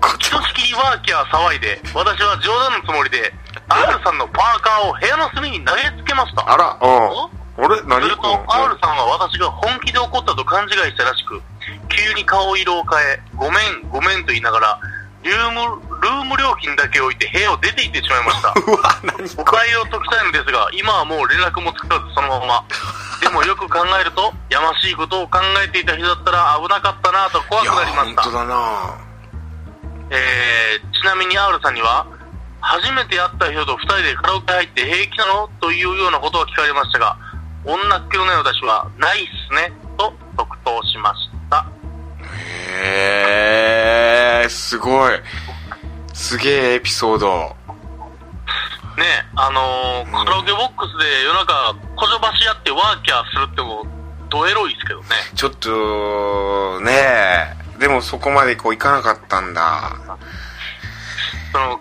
[SPEAKER 1] こっち
[SPEAKER 2] ひとしきりワーキャー騒いで、私は冗談のつもりで、R さんのパーカーを部屋の隅に投げつけました。
[SPEAKER 1] あら、
[SPEAKER 2] お
[SPEAKER 1] うん。あれ何
[SPEAKER 2] すると、R さんは私が本気で怒ったと勘違いしたらしく、急に顔色を変え、ごめん、ごめんと言いながら、ルーム、ルーム料金だけ置いて部屋を出て行ってしまいま した。
[SPEAKER 1] うんうわ、何
[SPEAKER 2] 誤解を解きたいのですが、今はもう連絡もつかずそのまま。でもよく考えると、やましいことを考えていた人だったら危なかったなと怖
[SPEAKER 1] い
[SPEAKER 2] く
[SPEAKER 1] や
[SPEAKER 2] なりまし
[SPEAKER 1] 本
[SPEAKER 2] た
[SPEAKER 1] 当。だな
[SPEAKER 2] えーちなみに R さんには、初めて会った人と2人でカラオケ入って平気なのというようなことは聞かれましたが、女っ気のない私は、ないっすね、と即答しました。
[SPEAKER 1] へえー、すごい。すげえエピソード。
[SPEAKER 2] ねえ、あのー
[SPEAKER 1] うん
[SPEAKER 2] カラオケボックスで夜中、こじょばし合ってワーキャーするっても、ドエロいですけどね。
[SPEAKER 1] ちょっと、ねえ。でもそこまでこういかなかったんだ。
[SPEAKER 2] その、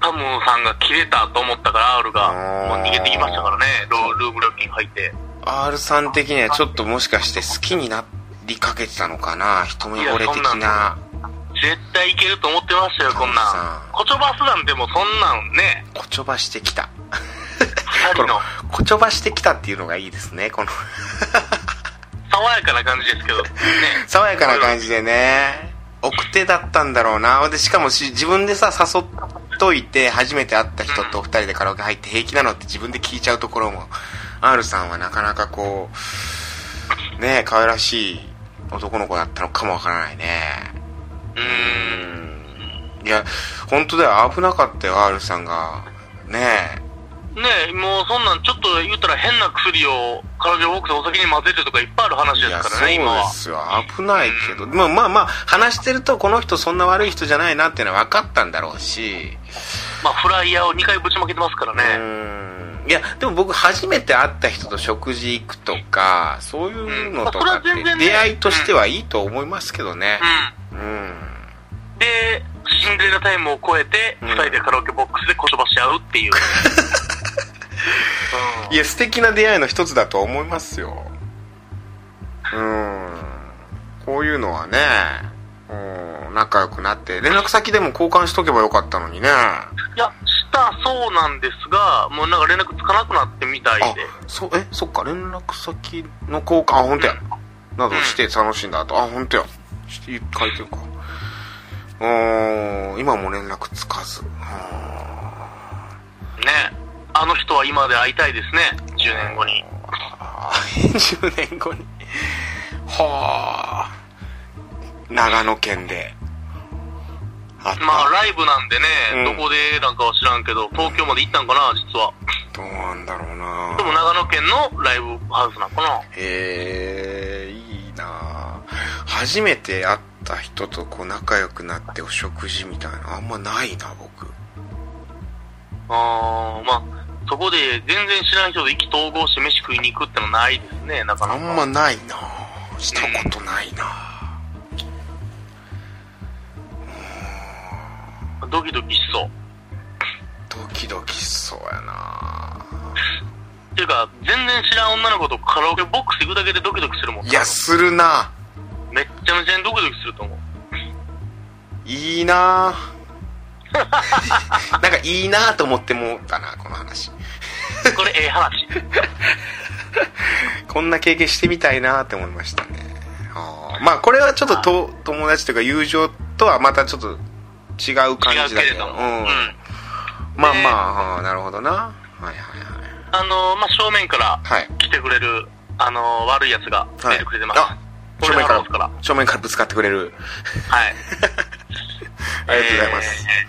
[SPEAKER 2] タムさんが切れたと思ったから、R が、もう逃げてきましたからね、ルルーム料金入って。
[SPEAKER 1] R さん的にはちょっともしかして好きになりかけてたのかな一目惚れ的
[SPEAKER 2] いやそんな
[SPEAKER 1] な。
[SPEAKER 2] 絶対いけると思ってましたよ、こんなん。こちょばすなんてもうそんなんね、
[SPEAKER 1] こちょばしてきた。
[SPEAKER 2] 二人
[SPEAKER 1] こ
[SPEAKER 2] の
[SPEAKER 1] の、こちょばしてきたっていうのがいいですね。この、
[SPEAKER 2] 爽やかな感じです けど、ね。
[SPEAKER 1] 爽やかな感じでね。奥手だったんだろうな。で、しかもし自分でさ、誘っといて、初めて会った人と二人でカラオケ入って平気なのって自分で聞いちゃうところも、R さんはなかなかこう、ねえ、可愛らしい男の子だったのかもわからないね。
[SPEAKER 2] う
[SPEAKER 1] う
[SPEAKER 2] ーん。
[SPEAKER 1] ん。いや、本当だよ。危なかったよ、R さんが。ねえ。
[SPEAKER 2] ねえ、もうそんなんちょっと言うたら変な薬をカラオケボックスでお酒に混ぜるとかいっぱいある話
[SPEAKER 1] い
[SPEAKER 2] で
[SPEAKER 1] や
[SPEAKER 2] す
[SPEAKER 1] そ
[SPEAKER 2] から
[SPEAKER 1] う
[SPEAKER 2] ね、
[SPEAKER 1] で
[SPEAKER 2] 今は。
[SPEAKER 1] すよ危ないけど、まあまあまあ話してるとこの人そんな悪い人じゃないなっていうのは分かったんだろうし
[SPEAKER 2] まあ、フライヤーを2回ぶちまけてますから
[SPEAKER 1] う
[SPEAKER 2] ね。
[SPEAKER 1] ーんいやでも僕初めて会った人と食事行くとかそういうのとかって
[SPEAKER 2] うんまあそれは全然ね
[SPEAKER 1] 出会いとしてはいいと思いますけどね
[SPEAKER 2] う
[SPEAKER 1] うん
[SPEAKER 2] ん。で、シンデレラタイムを超えて、
[SPEAKER 1] うん
[SPEAKER 2] 2人でカラオケボックスでこそばし合うって いう。うん
[SPEAKER 1] いや素敵な出会いの一つだと思いますようんこういうのはねうん仲良くなって連絡先でも交換しとけばよかったのにね
[SPEAKER 2] いや、したそうなんですが、もうなんか連絡つかなくなってみたい
[SPEAKER 1] あ
[SPEAKER 2] で。
[SPEAKER 1] そえそっか連絡先の交換あ本当や、などして楽しんだ後あ本当やして書いてるかうーん今も連絡つかずうーん
[SPEAKER 2] ね。あの人は今で会いたいですね。10年後に。
[SPEAKER 1] あー10年後にはあ長野県であった、
[SPEAKER 2] まあ、ライブなんでね、
[SPEAKER 1] うん
[SPEAKER 2] どこでなんかは知らんけど、東京まで行ったんかな、実は。
[SPEAKER 1] どうなんだろうな
[SPEAKER 2] でも長野県のライブハウスなのかな。
[SPEAKER 1] へえいいなあ初めて会った人とこう仲良くなってお食事みたいなあんまないな僕
[SPEAKER 2] あー、まあ、そこで全然知らん人と意気投合して飯食いに行くってのないですね、なか
[SPEAKER 1] あ
[SPEAKER 2] なか。
[SPEAKER 1] んまないなあしたことないなあ
[SPEAKER 2] ドキドキしそう。
[SPEAKER 1] ドキドキしそうやなあ
[SPEAKER 2] っていうか、全然知らん女の子とカラオケボックス行くだけでドキドキするもん
[SPEAKER 1] いやするな
[SPEAKER 2] めっちゃめちゃにドキドキすると思う。
[SPEAKER 1] いいな あなんかいいなあと思ってもうたなこの話
[SPEAKER 2] これ、ええ話。
[SPEAKER 1] こんな経験してみたいなって思いましたね。あーまあこれはちょっとと友達というか友情とはまたちょっと違う
[SPEAKER 2] 違
[SPEAKER 1] 感
[SPEAKER 2] う
[SPEAKER 1] じ
[SPEAKER 2] け
[SPEAKER 1] だけ
[SPEAKER 2] れ
[SPEAKER 1] ど。
[SPEAKER 2] ど
[SPEAKER 1] うん
[SPEAKER 2] も。うん。
[SPEAKER 1] まあ
[SPEAKER 2] ね
[SPEAKER 1] まああー、なるほどな。はいはいは
[SPEAKER 2] あのー、まあ、正面から
[SPEAKER 1] い。はい。
[SPEAKER 2] 来てくれる、あのー、悪い奴が
[SPEAKER 1] は
[SPEAKER 2] 出
[SPEAKER 1] い
[SPEAKER 2] てくれてます。
[SPEAKER 1] あ
[SPEAKER 2] こ
[SPEAKER 1] 正
[SPEAKER 2] れ
[SPEAKER 1] 面
[SPEAKER 2] ハローズか
[SPEAKER 1] からら、正面からぶつかってくれる。
[SPEAKER 2] はい。
[SPEAKER 1] ありがとうございます。。
[SPEAKER 2] え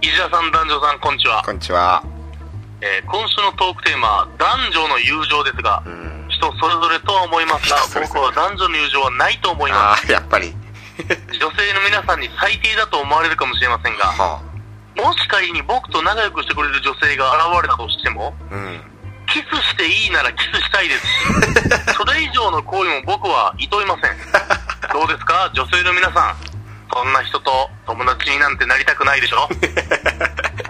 [SPEAKER 2] ー、石田さん、男女さん、こんにちは。
[SPEAKER 1] こんにちは。
[SPEAKER 2] えー今週のトークテーマは、男女の友情ですが
[SPEAKER 1] う、ん。
[SPEAKER 2] 一人それぞれとは思いますが
[SPEAKER 1] それぞ
[SPEAKER 2] 僕
[SPEAKER 1] れ
[SPEAKER 2] は男女の友情はないと思いま
[SPEAKER 1] ああ、やっぱり。
[SPEAKER 2] す女性の皆さんに最低だと思われるかもしれませんが
[SPEAKER 1] は
[SPEAKER 2] もし仮に僕と仲良くしてくれる女性が現れたとしても
[SPEAKER 1] あ。うん。
[SPEAKER 2] キスしていいならキスしたいですしそれ以上の行為も僕は厭いませんどうです か女性の皆さんそんな人と友達になんてなりたくないでし ょ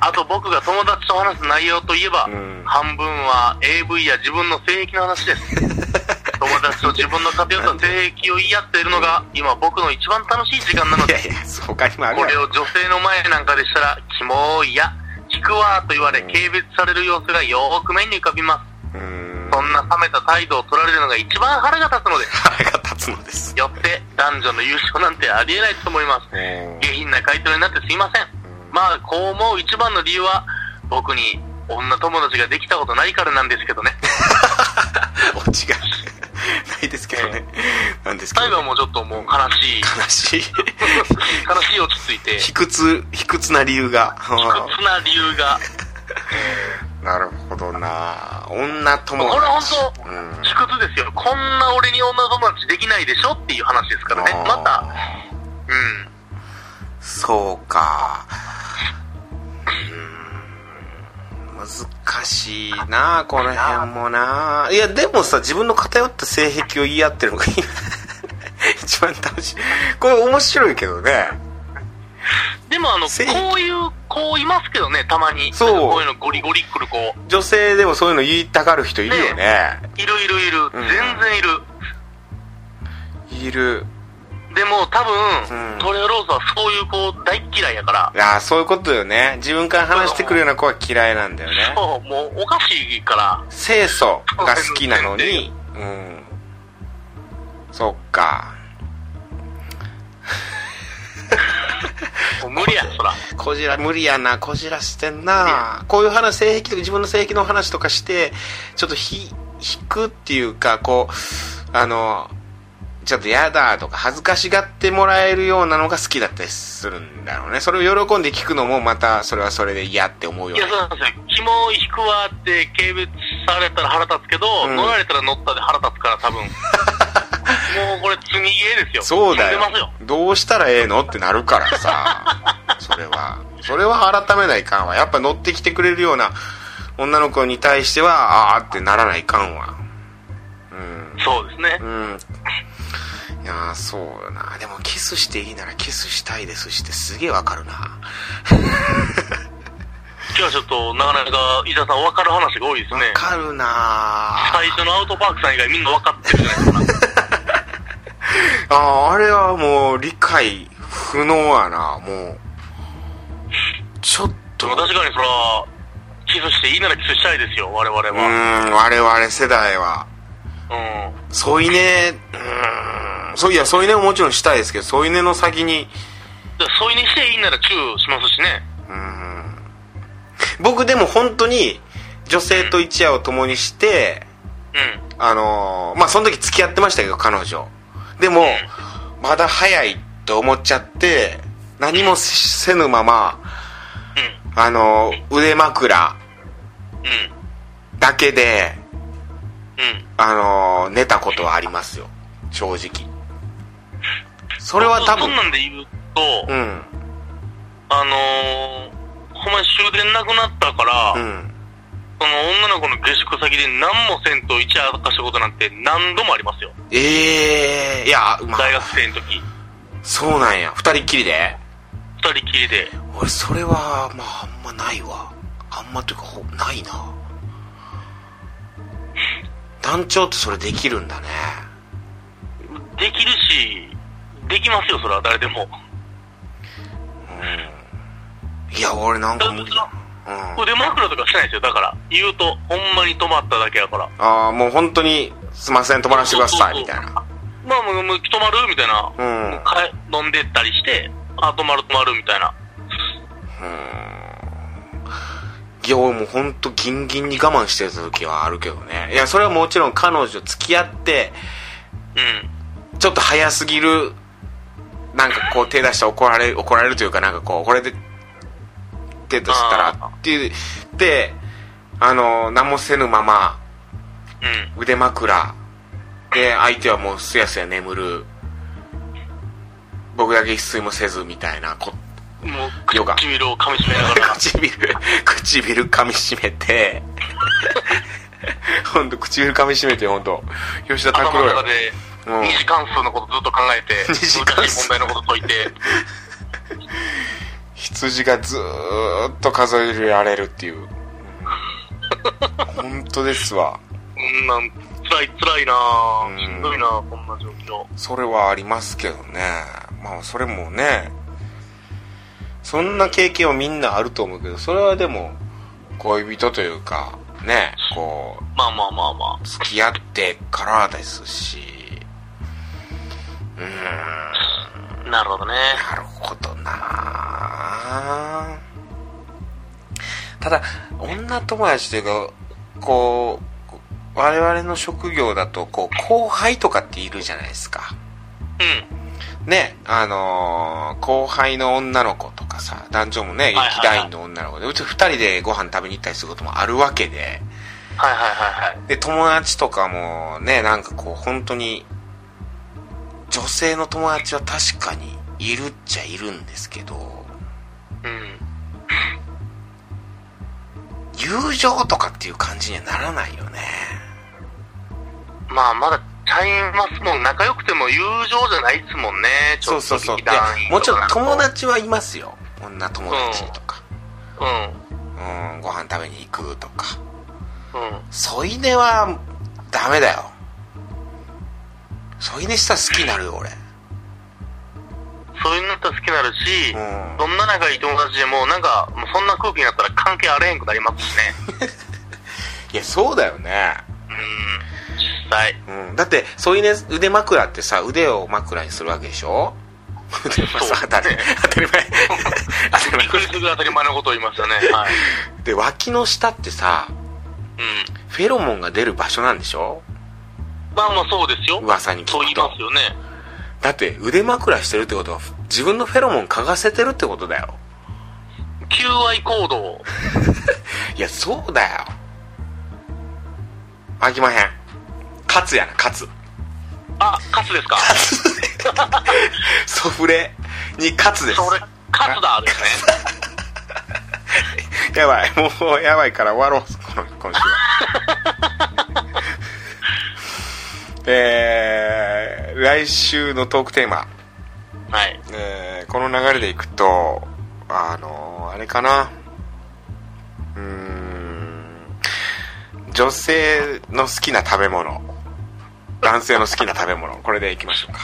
[SPEAKER 2] あと僕が友達と話す内容といえば、
[SPEAKER 1] うん
[SPEAKER 2] 半分は AV や自分の性癖の話です 友達と自分の偏った性癖を言い合っているのが今僕の一番楽しい時間なの
[SPEAKER 1] い
[SPEAKER 2] で
[SPEAKER 1] やいや、他にもある
[SPEAKER 2] こ
[SPEAKER 1] や
[SPEAKER 2] れ
[SPEAKER 1] ろ。
[SPEAKER 2] を女性の前なんかでしたら、キモいや、聞くわと言われ、軽蔑される様子がよーく目に浮かびます。
[SPEAKER 1] うーん。
[SPEAKER 2] そんな冷めた態度を取られるのが一番腹が立つのです。
[SPEAKER 1] 腹が立つのです。
[SPEAKER 2] よって、男女の優勝なんてありえないと思います。
[SPEAKER 1] うん
[SPEAKER 2] 下品な回答になってすいません。まあ、こう思う一番の理由は、僕に女友達ができたことないからなんですけどね。
[SPEAKER 1] オチが ないですけどね。なんですけ
[SPEAKER 2] 最
[SPEAKER 1] ど、
[SPEAKER 2] 後は
[SPEAKER 1] ね。
[SPEAKER 2] もうちょっともう悲しい、
[SPEAKER 1] 悲しい。
[SPEAKER 2] 悲しい落ち着いて、
[SPEAKER 1] 卑屈、卑屈な理由が。
[SPEAKER 2] 卑屈な理由が、
[SPEAKER 1] なるほどな女友
[SPEAKER 2] こ
[SPEAKER 1] 達。
[SPEAKER 2] れ本当、
[SPEAKER 1] うん
[SPEAKER 2] 卑屈ですよ。こんな俺に女友達できないでしょっていう話ですからね。
[SPEAKER 1] あー
[SPEAKER 2] また、うん。
[SPEAKER 1] そうか。うーん難しいなこの辺もないや、でもさ、自分の偏った性癖を言い 合ってるのが今一番楽しい。これ面白いけどね。
[SPEAKER 2] でもあの、
[SPEAKER 1] 正義
[SPEAKER 2] こういう子いますけどね、たまに。
[SPEAKER 1] そう
[SPEAKER 2] なんかこういうのゴリゴリ来る子。
[SPEAKER 1] 女性でもそういうの言いたがる人いるよね。
[SPEAKER 2] いるいるいる。
[SPEAKER 1] ん
[SPEAKER 2] 全然いる。
[SPEAKER 1] いる。
[SPEAKER 2] でも多
[SPEAKER 1] う
[SPEAKER 2] 分、
[SPEAKER 1] ん
[SPEAKER 2] トレローズはそういう子大っ嫌いやから。
[SPEAKER 1] ああ、そういうことよね。自分から話してくるような子は嫌いなんだよね。
[SPEAKER 2] そう、もうおかしいから。
[SPEAKER 1] 清楚が好きなのに、うん。そっか。
[SPEAKER 2] もう無理や、そら。
[SPEAKER 1] こじら、無理やな、こじらしてんな。こういう話、性癖とか、自分の性癖の話とかして、ちょっとひ、引くっていうか、こう、あの、ちょっとやだとか、恥ずかしがってもらえるようなのが好きだったりするんだろうね。それを喜んで聞くのも、また、それはそれで嫌って思うよ
[SPEAKER 2] いや、そう
[SPEAKER 1] ね。
[SPEAKER 2] なんですよ。キモい引くわって軽蔑されたら腹立つけど、
[SPEAKER 1] うん
[SPEAKER 2] 乗られたら乗ったで腹立つから、多分。もうこれ積み家ですよ。
[SPEAKER 1] そうだよ
[SPEAKER 2] 積んでますよ。。
[SPEAKER 1] どうしたらええのってなるから さ。それは。それは改めないかんわ。やっぱ乗ってきてくれるような女の子に対しては、ああーってならないかんわ。うん。
[SPEAKER 2] そうですね
[SPEAKER 1] う。ん。いやーそうよな。でもキスしていいならキスしたいですしってすげえわかるな。
[SPEAKER 2] 今日はちょっと、なかなか、伊沢さん分かる話が多いです
[SPEAKER 1] わ
[SPEAKER 2] ね。
[SPEAKER 1] かるな
[SPEAKER 2] 最初のアウトパークさん以外みんな分かってるじゃないですか。
[SPEAKER 1] あーあれはもう理解不能やな、もう。ちょっと。
[SPEAKER 2] 確かにそら、キスしていいならキスしたいですよ、我々
[SPEAKER 1] う
[SPEAKER 2] は。
[SPEAKER 1] ーん、我々世代は。
[SPEAKER 2] うん。
[SPEAKER 1] 添い寝、うーん。そういや、添い寝ももちろんしたいですけど、添い寝の先に、
[SPEAKER 2] だから添い寝していいならチューしますしね。
[SPEAKER 1] うーん。僕でも本当に、女性と一夜を共にして、
[SPEAKER 2] うん。
[SPEAKER 1] あのーまあその時付き合ってましたけど彼女でもまだ早いと思っちゃって何もせぬまま
[SPEAKER 2] う
[SPEAKER 1] あのー腕枕
[SPEAKER 2] ん。うん。
[SPEAKER 1] だけで
[SPEAKER 2] うん。
[SPEAKER 1] あのー寝たことはありますよ正直それは多
[SPEAKER 2] そ
[SPEAKER 1] 分
[SPEAKER 2] んなんで言うと、
[SPEAKER 1] うん
[SPEAKER 2] あのー、ほんまに終電なくなったから、
[SPEAKER 1] うん
[SPEAKER 2] その女の子の下宿先で何もせんと一夜明かしたことなんて何度もありますよ。
[SPEAKER 1] ええいやまあ
[SPEAKER 2] 大学生の時。
[SPEAKER 1] そうなんや二人っきりで
[SPEAKER 2] 二人きりで。
[SPEAKER 1] 俺それはまああんまないわあんまというかほないな団長ってそれできるんだね
[SPEAKER 2] できるし、できますよ、それは誰でも。
[SPEAKER 1] いや俺なんか無理だなうん
[SPEAKER 2] 腕枕とかしないですよ、だから。言うと、ほんまに止まっただけやから。
[SPEAKER 1] ああもう本当にすいません止まらせてくださいみたいな
[SPEAKER 2] まあ、もう、もう止まるみたいな。
[SPEAKER 1] うん
[SPEAKER 2] もかえ飲んでったりして、あ、止まる止まるみたいな。
[SPEAKER 1] いや俺もう本当ギンギンに我慢してた時はあるけどねいやそれはもちろん彼女付き合って
[SPEAKER 2] うん。
[SPEAKER 1] ちょっと早すぎるなんかこう手出したら怒られる怒られるというかなんかこうこれで手出したら
[SPEAKER 2] あー
[SPEAKER 1] って言ってあの何もせぬまま
[SPEAKER 2] うん。
[SPEAKER 1] 腕枕で相手はもうすやすや眠る僕だけ一睡もせずみたいなこ
[SPEAKER 2] もう
[SPEAKER 1] ヨガ
[SPEAKER 2] 唇を噛み締めながら
[SPEAKER 1] 唇唇噛みしめ て本当唇噛みしめて本当吉田拓
[SPEAKER 2] 頭の
[SPEAKER 1] 郎
[SPEAKER 2] 中
[SPEAKER 1] よ
[SPEAKER 2] で
[SPEAKER 1] うん
[SPEAKER 2] 二次関数のことずっと考えて
[SPEAKER 1] 二次関数
[SPEAKER 2] 難しい問題のこと解いて
[SPEAKER 1] 羊がずーっと数えられるっていう、うん、本当ですわ
[SPEAKER 2] うんなん辛い辛いな
[SPEAKER 1] う
[SPEAKER 2] ぁ
[SPEAKER 1] ん
[SPEAKER 2] しんどいなぁこんな状況
[SPEAKER 1] それはありますけどねまあそれもねそんな経験はみんなあると思うけどそれはでも恋人というかねこう
[SPEAKER 2] まあまあまあまあ
[SPEAKER 1] 付き合ってからですしうーん
[SPEAKER 2] なるほどね
[SPEAKER 1] なるほどなあただ女友達というかこう我々の職業だとこう後輩とかっているじゃないですか
[SPEAKER 2] うん
[SPEAKER 1] ねあのー後輩の女の子とかさ男女もね
[SPEAKER 2] いはいはい
[SPEAKER 1] 劇団員の女の子でうち2人でご飯食べに行ったりすることもあるわけで
[SPEAKER 2] はいはいはいはい
[SPEAKER 1] で友達とかもねなんかこう本当に女性の友達は確かにいるっちゃいるんですけど
[SPEAKER 2] うん
[SPEAKER 1] 友情とかっていう感じにはならないよね
[SPEAKER 2] まあまだチャインマスもん仲良くても友情じゃないですもんねち
[SPEAKER 1] そ
[SPEAKER 2] ょ
[SPEAKER 1] う
[SPEAKER 2] っ
[SPEAKER 1] そ
[SPEAKER 2] と
[SPEAKER 1] うそう
[SPEAKER 2] 劇
[SPEAKER 1] で
[SPEAKER 2] 団員
[SPEAKER 1] もち
[SPEAKER 2] と
[SPEAKER 1] ろ
[SPEAKER 2] か
[SPEAKER 1] ん
[SPEAKER 2] だと
[SPEAKER 1] 友達はいますよ女友達とか、
[SPEAKER 2] う
[SPEAKER 1] うん、ご飯食べに行くとか
[SPEAKER 2] んうん
[SPEAKER 1] 添い寝はダメだよ添い寝したら好きになるよ俺
[SPEAKER 2] そういうのだったら好きになるし、
[SPEAKER 1] うん
[SPEAKER 2] どんな仲いい友達でも、なんか、もうそんな空気になったら関係あれへんくなりますしね。
[SPEAKER 1] いやそうだよね
[SPEAKER 2] うん、実際。
[SPEAKER 1] うん、だって添い寝腕枕ってさ腕を枕にするわけでしょ 腕まあさ
[SPEAKER 2] そ
[SPEAKER 1] 当
[SPEAKER 2] う
[SPEAKER 1] たり当たり前当た
[SPEAKER 2] び
[SPEAKER 1] り
[SPEAKER 2] っくり
[SPEAKER 1] 前
[SPEAKER 2] するぐらい当たり前のことを言いましたね。はい。
[SPEAKER 1] で脇の下ってさ
[SPEAKER 2] うん。
[SPEAKER 1] フェロモンが出る場所なんでしょ
[SPEAKER 2] まあまあそうですよ。
[SPEAKER 1] 噂に聞
[SPEAKER 2] そう言
[SPEAKER 1] く
[SPEAKER 2] い
[SPEAKER 1] と
[SPEAKER 2] ますよね。
[SPEAKER 1] だって腕枕してるってことは自分のフェロモン嗅がせてるってことだよ
[SPEAKER 2] 求愛行動。
[SPEAKER 1] いやそうだよあきまへん勝つやな勝つ
[SPEAKER 2] あ、カツですか
[SPEAKER 1] ソフレに勝つです
[SPEAKER 2] それ、カツだですね。
[SPEAKER 1] やばいもうやばいから終わろうこの今週はえー、来週のトークテーマ、
[SPEAKER 2] はい。
[SPEAKER 1] えー、この流れでいくとあのー、あれかなうーん女性の好きな食べ物男性の好きな食べ物これでいきましょうか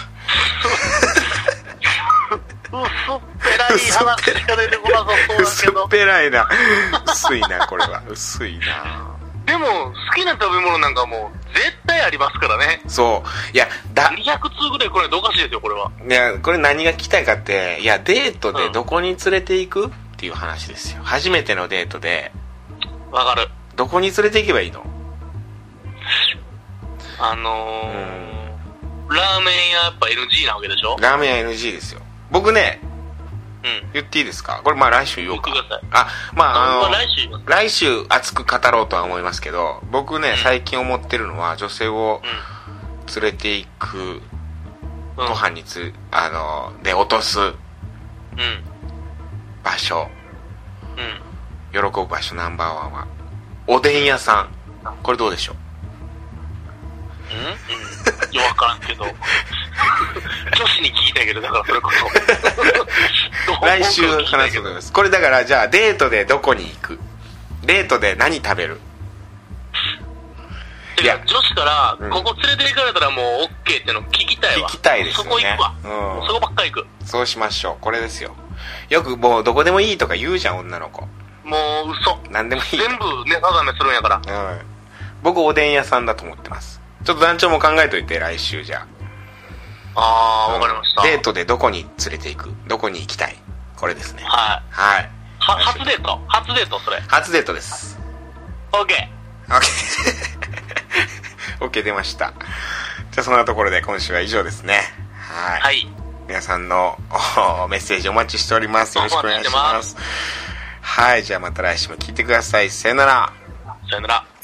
[SPEAKER 2] 薄っぺらい話しか出てこなさそうだ
[SPEAKER 1] 薄っ
[SPEAKER 2] けど。
[SPEAKER 1] ぺらいな薄いなこれは薄いな
[SPEAKER 2] でも、好きな食べ物なんかもう、絶対ありますからね。
[SPEAKER 1] そういやだ
[SPEAKER 2] 200通ぐらい来ないとおかしいですよ、これは。
[SPEAKER 1] いや、これ何が聞きたいかって、いや、デートでどこに連れて行くっていう話ですよ。初めてのデートで、
[SPEAKER 2] わかる。
[SPEAKER 1] どこに連れて行けばいいの
[SPEAKER 2] あのーラーメン屋やっぱ NG なわけでしょ
[SPEAKER 1] ラーメンは NG ですよ。僕ね、
[SPEAKER 2] うん。
[SPEAKER 1] 言っていいですかこれまあ来週言おうか
[SPEAKER 2] 言ってください。
[SPEAKER 1] あ、まあ
[SPEAKER 2] あ
[SPEAKER 1] あの、
[SPEAKER 2] 来週言います
[SPEAKER 1] 来週熱く語ろうとは思いますけど、僕ね、最近思ってるのは、女性を連れて行く、
[SPEAKER 2] うん。
[SPEAKER 1] ご飯につ、あの、で落とす
[SPEAKER 2] うん。うん。
[SPEAKER 1] 場所、喜
[SPEAKER 2] うん。
[SPEAKER 1] ぶ場所ナンバーワンは、おでん屋さん。これどうでしょう
[SPEAKER 2] うんうん。いや、わからんけど。 女子に聞いたけど、だからそれこそ。
[SPEAKER 1] 来週話すと思いますこれだからじゃあデートでどこに行くデートで何食べる
[SPEAKER 2] い
[SPEAKER 1] いや
[SPEAKER 2] や、女子から、
[SPEAKER 1] うん
[SPEAKER 2] ここ連れて行かれたらもう OK っての聞きたいわ。
[SPEAKER 1] 聞きたいですよね
[SPEAKER 2] そこ行くわ。
[SPEAKER 1] うん
[SPEAKER 2] そこばっか行く。
[SPEAKER 1] そうしましょうこれですよよくもうどこでもいいとか言うじゃん女の子
[SPEAKER 2] も う嘘。
[SPEAKER 1] 何でもいい、う
[SPEAKER 2] 全部ね、なだめするんやから。
[SPEAKER 1] ん、僕おでん屋さんだと思ってますちょっと団長も考えといて来週じゃ
[SPEAKER 2] あ
[SPEAKER 1] あ
[SPEAKER 2] ー、わかりました。
[SPEAKER 1] デートでどこに連れて行くどこに行きたいこれですね
[SPEAKER 2] はい。
[SPEAKER 1] はい
[SPEAKER 2] は、初デート。初デート、それ。
[SPEAKER 1] 初デートです
[SPEAKER 2] OK。
[SPEAKER 1] OK 出ましたじゃあそんなところで今週は以上ですねはい
[SPEAKER 2] はい。
[SPEAKER 1] 皆さんのおメッセージお待ちしております。よろしくお願いし
[SPEAKER 2] お
[SPEAKER 1] ま
[SPEAKER 2] 待ち
[SPEAKER 1] す。はい、じゃあまた来週も聞いてください。さよなら。
[SPEAKER 2] さよなら。